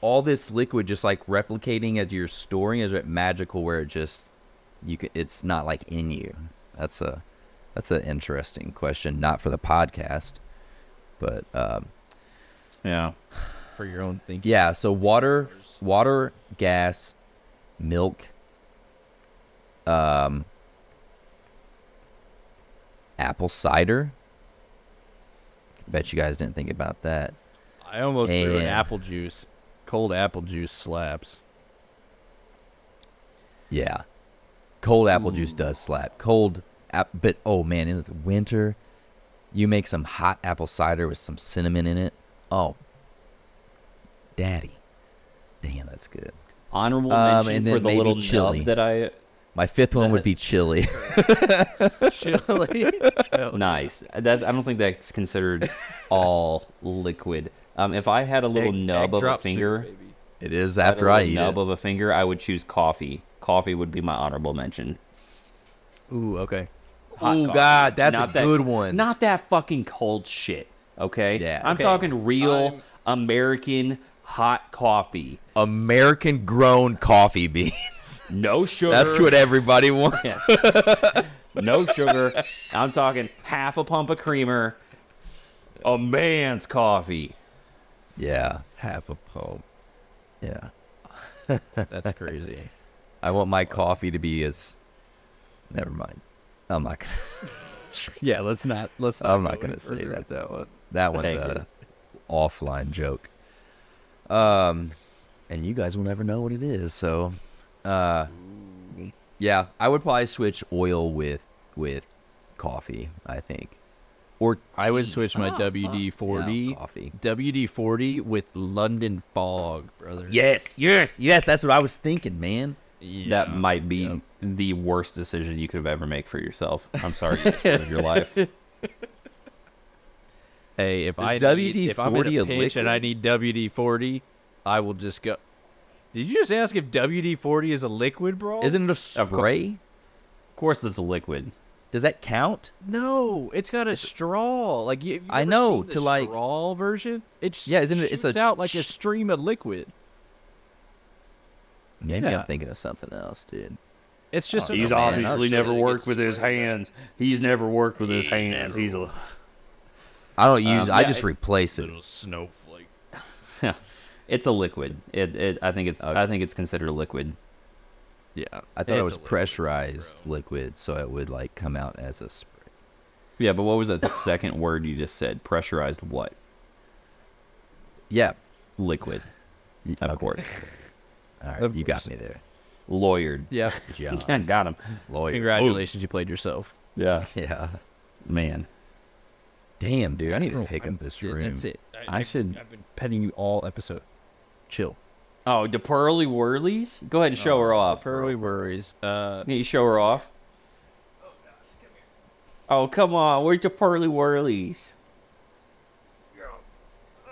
all this liquid just like replicating as you're storing is it magical where it just you can, it's not like in you. That's a that's an interesting question, not for the podcast. But um
yeah.
for your own thinking.
yeah, so water, water, gas, milk, um, apple cider. Bet you guys didn't think about that.
I almost threw an
And-
apple juice. Cold apple juice slaps.
Yeah, cold apple juice does slap. Cold, ap- but oh man, in the winter, you make some hot apple cider with some cinnamon in it. Oh, daddy, damn, that's good.
Honorable
Um,
mention
and
for
then
the
maybe
little
chili.
nub that I
My fifth one would be chili.
Chili. Hell
nice. That I don't think that's considered all liquid. Um, if I had a little
Egg-
nub
egg
of a
drop soup,
finger,
baby.
it is
I had a
after I
little
eat
nub
it.
of a finger, I would choose coffee. Coffee would be my honorable mention.
Ooh, okay.
Hot
Ooh,
coffee.
God, that's
Not
a
that-
good one.
Not that fucking cold shit. Okay.
Yeah.
I'm
Okay.
talking real American hot coffee.
American grown coffee beans.
No sugar.
That's what everybody wants.
no sugar. I'm talking half a pump of creamer. A man's coffee.
Yeah.
Half a pulp.
Yeah.
That's crazy.
I want my coffee to be as never mind. I'm not gonna
yeah, let's not. Let's.
I'm
go
not gonna
any
say
further
that.
with that one.
that one's
Thank
a
you.
offline joke. Um and you guys will never know what it is, so uh yeah, I would probably switch oil with with coffee, I think. Or
I would switch my WD forty.
Oh, Yeah, coffee.
WD forty with London fog, brother.
Yes, yes, yes, that's what I was thinking, man.
Yeah.
That might be the worst decision you could have ever made for yourself. I'm sorry you just lived your life.
Hey, if I
WD-40
need, if I'm in
a
a pinch and I need WD forty, I will just go. Did you just ask if WD forty is a liquid, bro?
Isn't it a spray?
Of course, it's a liquid.
Does that count?
No, it's got a straw. Like you, have you
I
ever
know,
seen the
to, like-
straw version. It's
Yeah, isn't it- it's a
out like a
sh-
stream of liquid.
Maybe
Yeah.
I'm thinking of something else, dude.
It's just.
Oh,
a-
He's man, obviously that's- never
worked with
his hands. He's never worked with his hands. He's a
I don't use. I
yeah,
just
it's-
replace it.
little snowflake.
It's a liquid. It, it I think it's I think it's considered a liquid.
Yeah.
I thought it
It's
was
a liquid,
pressurized liquid, so it would like come out as a spray.
Yeah, but what was that second word you just said? Pressurized what?
Yeah,
Liquid.
Y-
Of
okay.
course.
All right,
Of
you
course.
got me there.
Lawyered.
Yeah.
Yeah,
Yeah, got him.
lawyer.
Congratulations, you played yourself.
Yeah.
Yeah.
Man.
Damn, dude, I need to pick up this
Yeah,
room.
That's it.
I, should.
I've been petting you all episode. Chill.
oh, the pearly whirlies? Go ahead and show her off.
Furry worries. Uh,
Can you show her off? Oh, come on. Where's the pearly whirlies?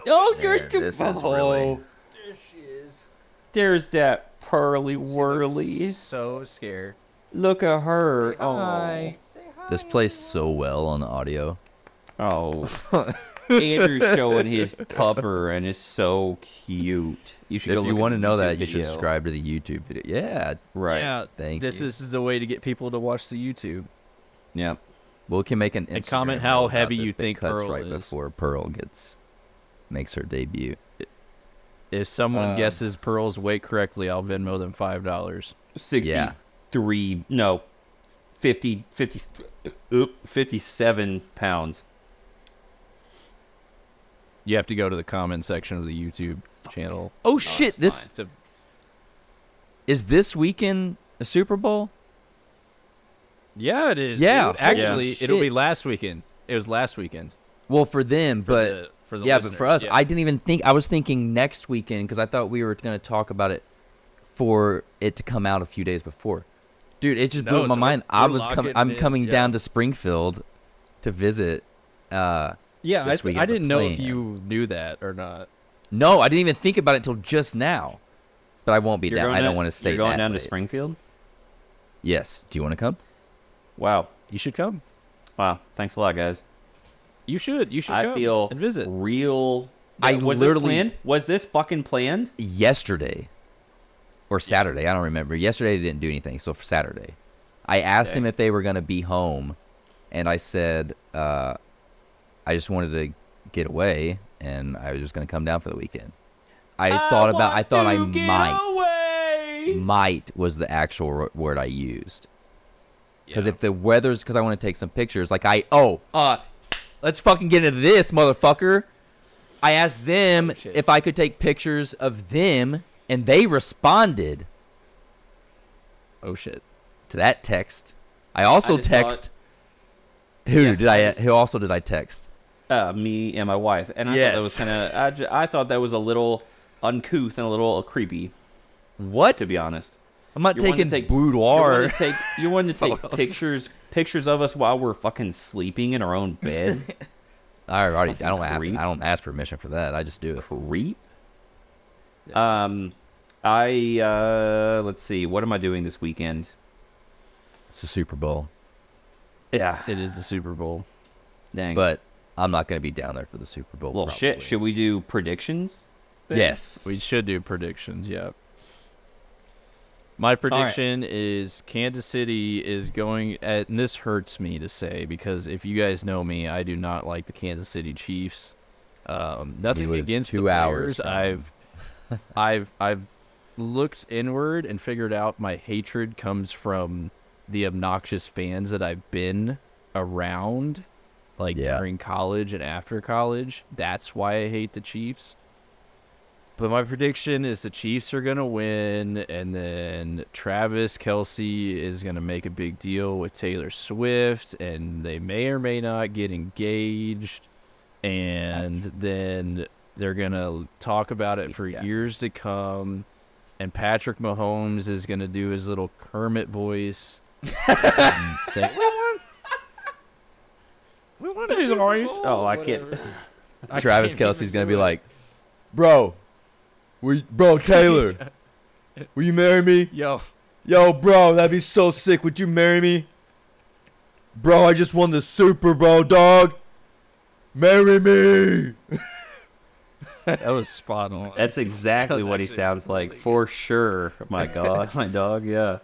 Oh, there's
Man,
the.
this
oh,
is really-
there she is.
There's that pearly whirly.
So scared.
Look at her.
hi.
Oh.
This plays so well on audio.
Oh. Andrew's showing his pupper, and it's so cute. You should go
If you
look at
want to
the
know that,
YouTube
you should
video.
subscribe to the YouTube video. Yeah,
Right.
Yeah,
Thank
this
you.
is the way to get people to watch the YouTube.
yeah.
we can make an Instagram
And comment how
all about
heavy
this
you
that
think
cuts
Pearl
right
is.
before Pearl gets makes her debut.
If someone
Um,
guesses Pearl's weight correctly, I'll Venmo them five dollars.
63 no 50 50 oop, 57 pounds
You have to go to the comment section of the YouTube channel.
Oh shit! This
to-
is this weekend the Super Bowl.
yeah, it is.
Yeah,
dude.
holy
actually, it'll be
shit.
last weekend. It was last weekend.
Well, for them, but
the- for the
yeah, but for us,
listeners, yeah.
I didn't even think. I was thinking next weekend because I thought we were going to talk about it for it to come out a few days before. Dude, it just
No,
blew my
so
mind.
we're-
I
we're
was
locking
coming. I'm
it in,
coming
yeah.
down to Springfield to visit. Uh,
Yeah, I,
This
th-
week
I
is the
didn't know if
plan.
you knew that or not.
no, I didn't even think about it till just now. But I won't be down. I
down-
don't want to stay.
you're going
that
down
late.
to springfield
Yes. Do you want to come?
wow
You should come.
wow thanks a lot guys
You should. You should.
i
come
feel
and visit.
real
I
was
literally-
this planned was this fucking planned
yesterday or Saturday. I don't remember. Yesterday they didn't do anything, so for Saturday, I asked
Okay.
him if they were gonna be home, and I said uh, I just wanted to get away, and I was just gonna come down for the weekend. I, thought about. I thought I might. Might was the actual ro- word I used. Because if the weather's, because I want to take some pictures. Like I, oh, uh, let's fucking get into this, motherfucker. I asked them
Oh, shit.
if I could take pictures of them, and they responded
oh shit.
to that text. I also
just
text. Who
Yeah,
did
I
I?
just-
who also did I text?
uh, me and my wife and i thought that was
Yes.
kind of I, ju- I thought that was a little uncouth and a little creepy
What?
to be honest
I'm not
You wanted
taking
to take- You
boudoir.
wanted to take, you wanted to take
Photos.
pictures pictures of us while we're fucking sleeping in our own bed.
I already. I don't. Have, I
creep.
don't ask permission for that. I just do it.
Creep. Um, I uh, let's see. What am I doing this weekend?
It's the Super Bowl,
Yeah,
It is the Super Bowl.
dang.
but I'm not gonna be down there for the Super Bowl.
well,
probably.
shit. Should we do predictions? then?
Yes.
We should do predictions. Yeah. My prediction is Kansas City is going, at, and this hurts me to say because if you guys know me, I do not like the Kansas City Chiefs. Um, nothing
lives
against
two
the
hours
players.
from-
I've, I've, I've looked inward and figured out my hatred comes from the obnoxious fans that I've been around, like
Yeah.
during college and after college. That's why I hate the Chiefs. But my prediction is the Chiefs are gonna win, and then Travis Kelsey is gonna make a big deal with Taylor Swift, and they may or may not get engaged, and then they're gonna talk about it for
Yeah.
years to come, and Patrick Mahomes is gonna do his little Kermit voice, and say, "We want to do the
Oh, I can't.
Travis Kelsey's gonna be like, bro, we, bro Taylor, will you marry me?
yo."
Yo, bro, that'd be so sick. Would you marry me? Bro, I just won the Super Bowl, dog. Marry me.
That was spot on.
That's exactly what he sounds like for sure. My God, my dog. Yeah.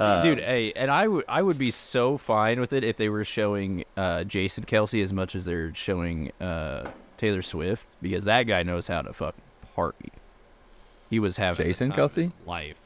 Uh,
dude hey and i would i would be so fine with it if they were showing uh jason kelsey as much as they're showing uh taylor swift because that guy knows how to fucking party he was having the
Jason
time of his
Kelsey?
life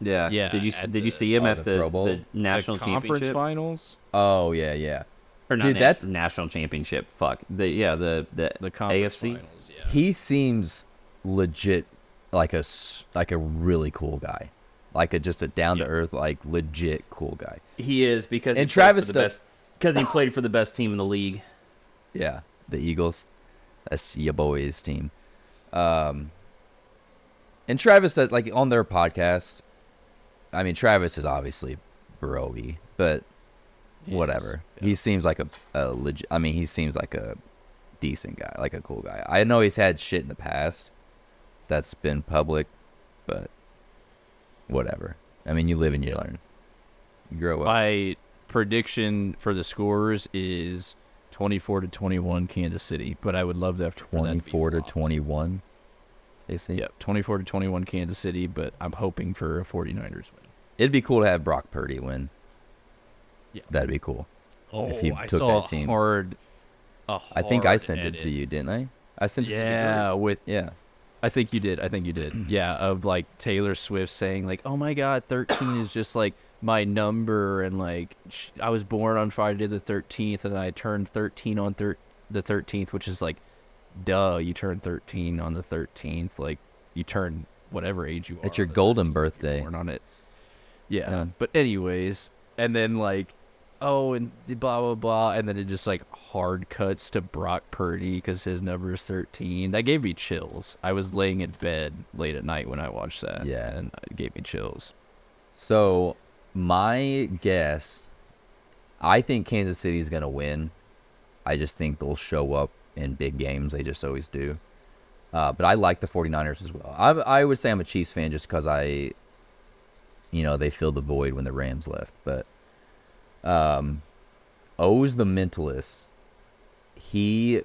Yeah.
Yeah,
Did you
at
did
the-
you see him
oh,
at
the
the,
Pro Bowl?
the national
the conference
championship?
finals
Oh yeah, yeah.
Or not
Dude,
na-
that's-
national championship. Fuck. The yeah, the the,
the conference
AFC.
finals yeah
He seems legit, like a s- like a really cool guy, like a just a down to earth, like legit cool guy.
He is because
And
he played for
Travis
the
does-
because he played for the best team in the league.
Yeah, the Eagles. That's your boys' team. Um, and Travis said, like on their podcast. I mean, Travis is obviously Broby, but whatever. He seems like a, a legit. I mean, he seems like a decent guy, like a cool guy. I know he's had shit in the past that's been public, but whatever. I mean, you live and you learn. You grow up.
my prediction for the scores is 24 to 21 Kansas City, but I would love that. for that be
24 to
flopped.
21. They say.
Yep, 24 to 21 Kansas City, but I'm hoping for a 49ers win.
It'd be cool to have Brock Purdy win.
Yeah.
That'd be cool.
Oh,
If he
I
took
saw
that team.
a hard. a
I think I
hard
sent it to
edit.
you, didn't I? I sent it to the group.
Yeah, with
Yeah.
I think you did. I think you did. Yeah, of like Taylor Swift saying like, "Oh my God, thirteen is just like my number," and like sh- I was born on Friday the thirteenth, and I turned thirteen on thir- the thirteenth, which is like, duh, you turn thirteen on the thirteenth, like you turn whatever age you are.
It's your
on the 13th,
golden
you're
birthday.
Born on it. Yeah.
Yeah.
But anyways, and then like, oh, and blah blah blah, and then it just like hard cuts to Brock Purdy because his number is thirteen. That gave me chills. I was laying in bed late at night when I watched that.
Yeah.
and it gave me chills.
So my guess, I think Kansas City is going to win. I just think they'll show up in big games. They just always do. Uh, but I like the 49ers as well. I, I would say I'm a Chiefs fan just because I, you know, they filled the void when the Rams left. But um, O's the mentalist. He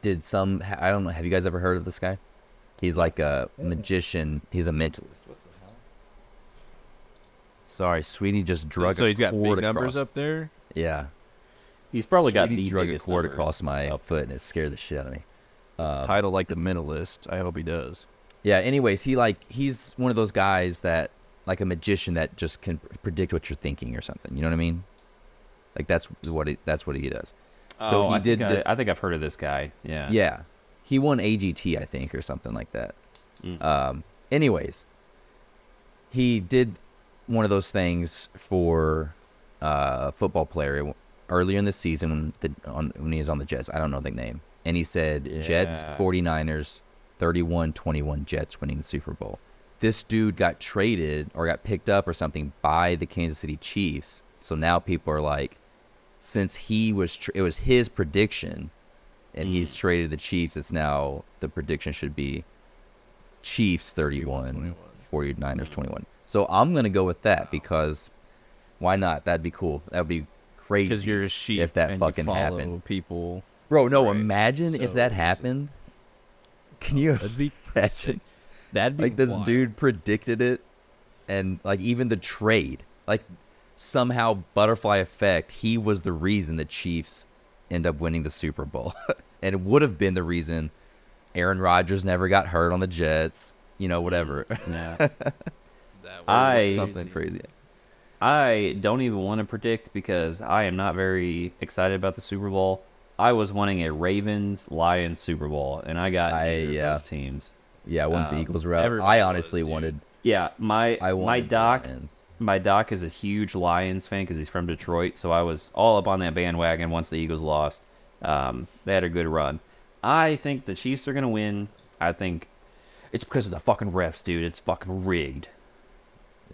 did some. I don't know. Have you guys ever heard of this guy? He's like a magician. He's a mentalist. Sorry, Sweeney just drug
so
a
he's got
cord
big numbers
across-
up there.
Yeah,
He's probably got
Sweeney
the
drug a
biggest
cord
numbers Oh,
across my
up.
foot, and it scared the shit out of me. Uh,
Title like the mentalist. I hope he does.
Yeah. Anyways, he like he's one of those guys that like a magician that just can predict what you're thinking or something. You know what I mean? Like that's what he, that's what he does. So
Oh,
he
I
did
think
this.
I, I think I've heard of this guy. Yeah.
yeah, he won AGT I think or something like that.
Mm.
Um. Anyways, he did one of those things for uh, a football player earlier in the season when, the, on, when he was on the Jets. I don't know the name. And he said Jets,
Yeah.
49ers, 31 21 Jets winning the Super Bowl. This dude got traded or got picked up or something by the Kansas City Chiefs. So now people are like, since he was, tr it was his prediction and
Mm.
he's traded the Chiefs, it's now the prediction should be Chiefs 31, 49ers
Mm.
21. So I'm going to go with that because why not? That'd be cool. That'd be crazy.
Because you're a sheep.
If that
and you
fucking
follow
happened.
people.
Bro, no, imagine if
So-
that happened. Can you
That'd be
imagine?
that'd be
Like this
wild.
dude predicted it and like even the trade. Like somehow butterfly effect, he was the reason the Chiefs end up winning the Super Bowl. and it would have been the reason Aaron Rodgers never got hurt on the Jets, you know, whatever.
Yeah.
That would be
I-
Something crazy.
I don't even want to predict because I am not very excited about the Super Bowl. I was wanting a Ravens Lions Super Bowl, and I got
I-
neither of
yeah.
those teams.
Yeah, once the
Um,
Eagles were out,
everybody
I
was,
honestly
dude.
wanted
Yeah, my
I wanted
my
the
doc
Lions.
my doc is a huge Lions fan because he's from Detroit, so I was all up on that bandwagon once the Eagles lost. Um, they had a good run. I think the Chiefs are gonna win. I think it's because of the fucking refs, dude. It's fucking rigged.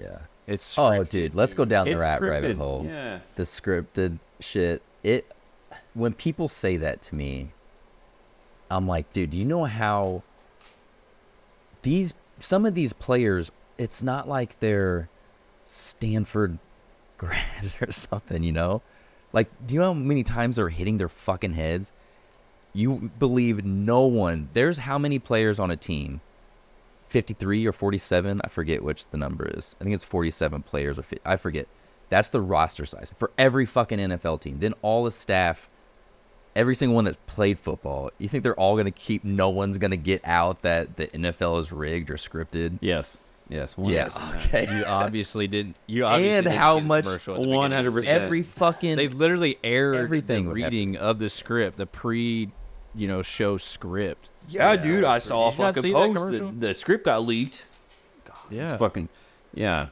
Yeah.
It's
Oh,
scripted,
dude, let's go down the
It's
rat
scripted,
rabbit hole.
Yeah.
The scripted shit. It when people say that to me, I'm like, dude, do you know how these some of these players? It's not like they're Stanford grads or something, you know? Like, do you know how many times they're hitting their fucking heads? You believe no one. There's how many players on a team? 53 or 47 i forget which the number is i think it's 47 players or fi- i forget that's the roster size for every fucking nfl team then all the staff every single one that's played football you think they're all going to keep no one's going to get out that the nfl is rigged or scripted
Yes. Yes.
yes
100%.
okay
You obviously didn't. You obviously
And
didn't
how
see the
much-
commercial at the
100%.
beginning.
every fucking
They literally aired
Everything
the
would have to-
reading of the script, the pre, you know, show script.
Yeah, dude, I saw a
Did you not
fucking
see that
post. The,
commercial?
the script got leaked.
Yeah,
Fucking, yeah.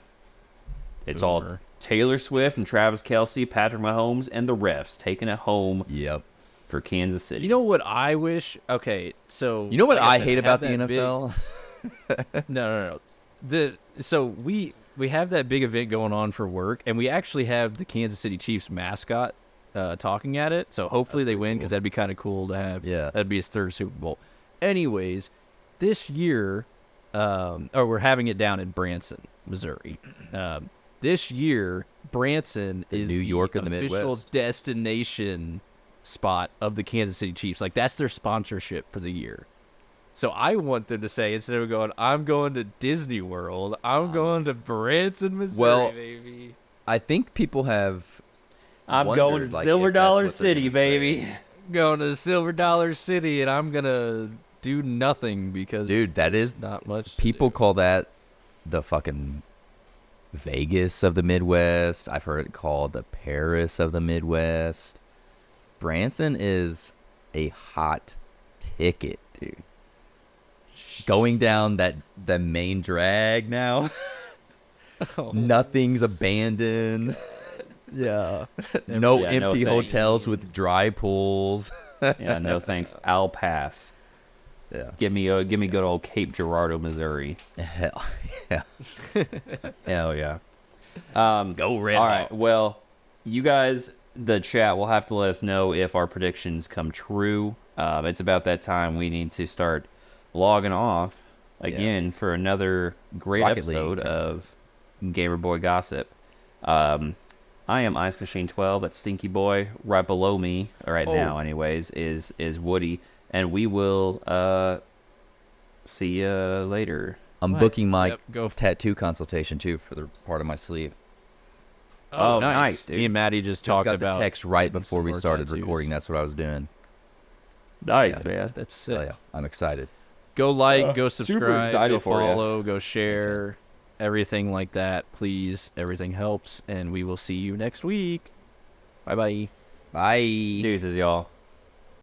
It's all
Boomer.
Taylor Swift and Travis Kelsey, Patrick Mahomes, and the refs taking it home
yep
for Kansas City.
You know what I wish? Okay, so
you know what
like
i
said,
hate
have
about the
that big-
nfl
no, no, no. The so we we have that big event going on for work, and we actually have the Kansas City Chiefs mascot uh, talking at it. So hopefully they win because that'd be kind of cool to have.
Yeah.
that'd be his third Super Bowl. Anyways, this year, um, or we're having it down in Branson, Missouri. Um, this year, Branson
The
is
New York of the
official
Midwest.
destination spot of the Kansas City Chiefs. Like that's their sponsorship for the year. So I want them to say instead of going, I'm going to Disney World, I'm going to Branson, Missouri,
Um, Well-
baby.
I think people have
I'm
wondered,
going to
like,
Silver
if that's
Dollar
what they're
City,
gonna say.
baby.
going to Silver Dollar City and I'm gonna do nothing because
Dude, that is
not much to
people
do.
call that the fucking Vegas of the Midwest. I've heard it called the Paris of the Midwest. Branson is a hot ticket, dude. Going down that the main drag now.
Oh.
Nothing's abandoned.
Yeah,
No
Yeah, no
empty
thanks.
hotels with dry pools.
yeah, no thanks. I'll pass.
Yeah.
Give me uh, give me good old Cape Girardeau, Missouri.
Hell yeah.
Hell yeah. Um,
Go red.
All right. Well, you guys, the chat will have to let us know if our predictions come true. Um, it's about that time we need to start logging off again for another great
Rocket
episode
League.
of Gamer Boy Gossip. Um, I am Ice Machine Twelve. That's Stinky Boy. Right below me, or
Oh.
right now, anyways, is is Woody, and we will uh, see you later.
I'm
What?
booking my
Yep, go.
tattoo consultation too for the part of my sleeve.
Oh, nice, dude.
Me and Maddie just
Just
talked
got
about
the text right
getting
before
some
we
more
started
tattoos.
recording. That's what I was doing.
Nice,
Yeah.
man.
That's sick.
Oh yeah, I'm excited.
Go like, go
Uh, super
subscribe, go
excited for ya.
follow, go share, everything like that. Please, everything helps, and we will see you next week. Bye bye.
Bye.
Deuces, y'all.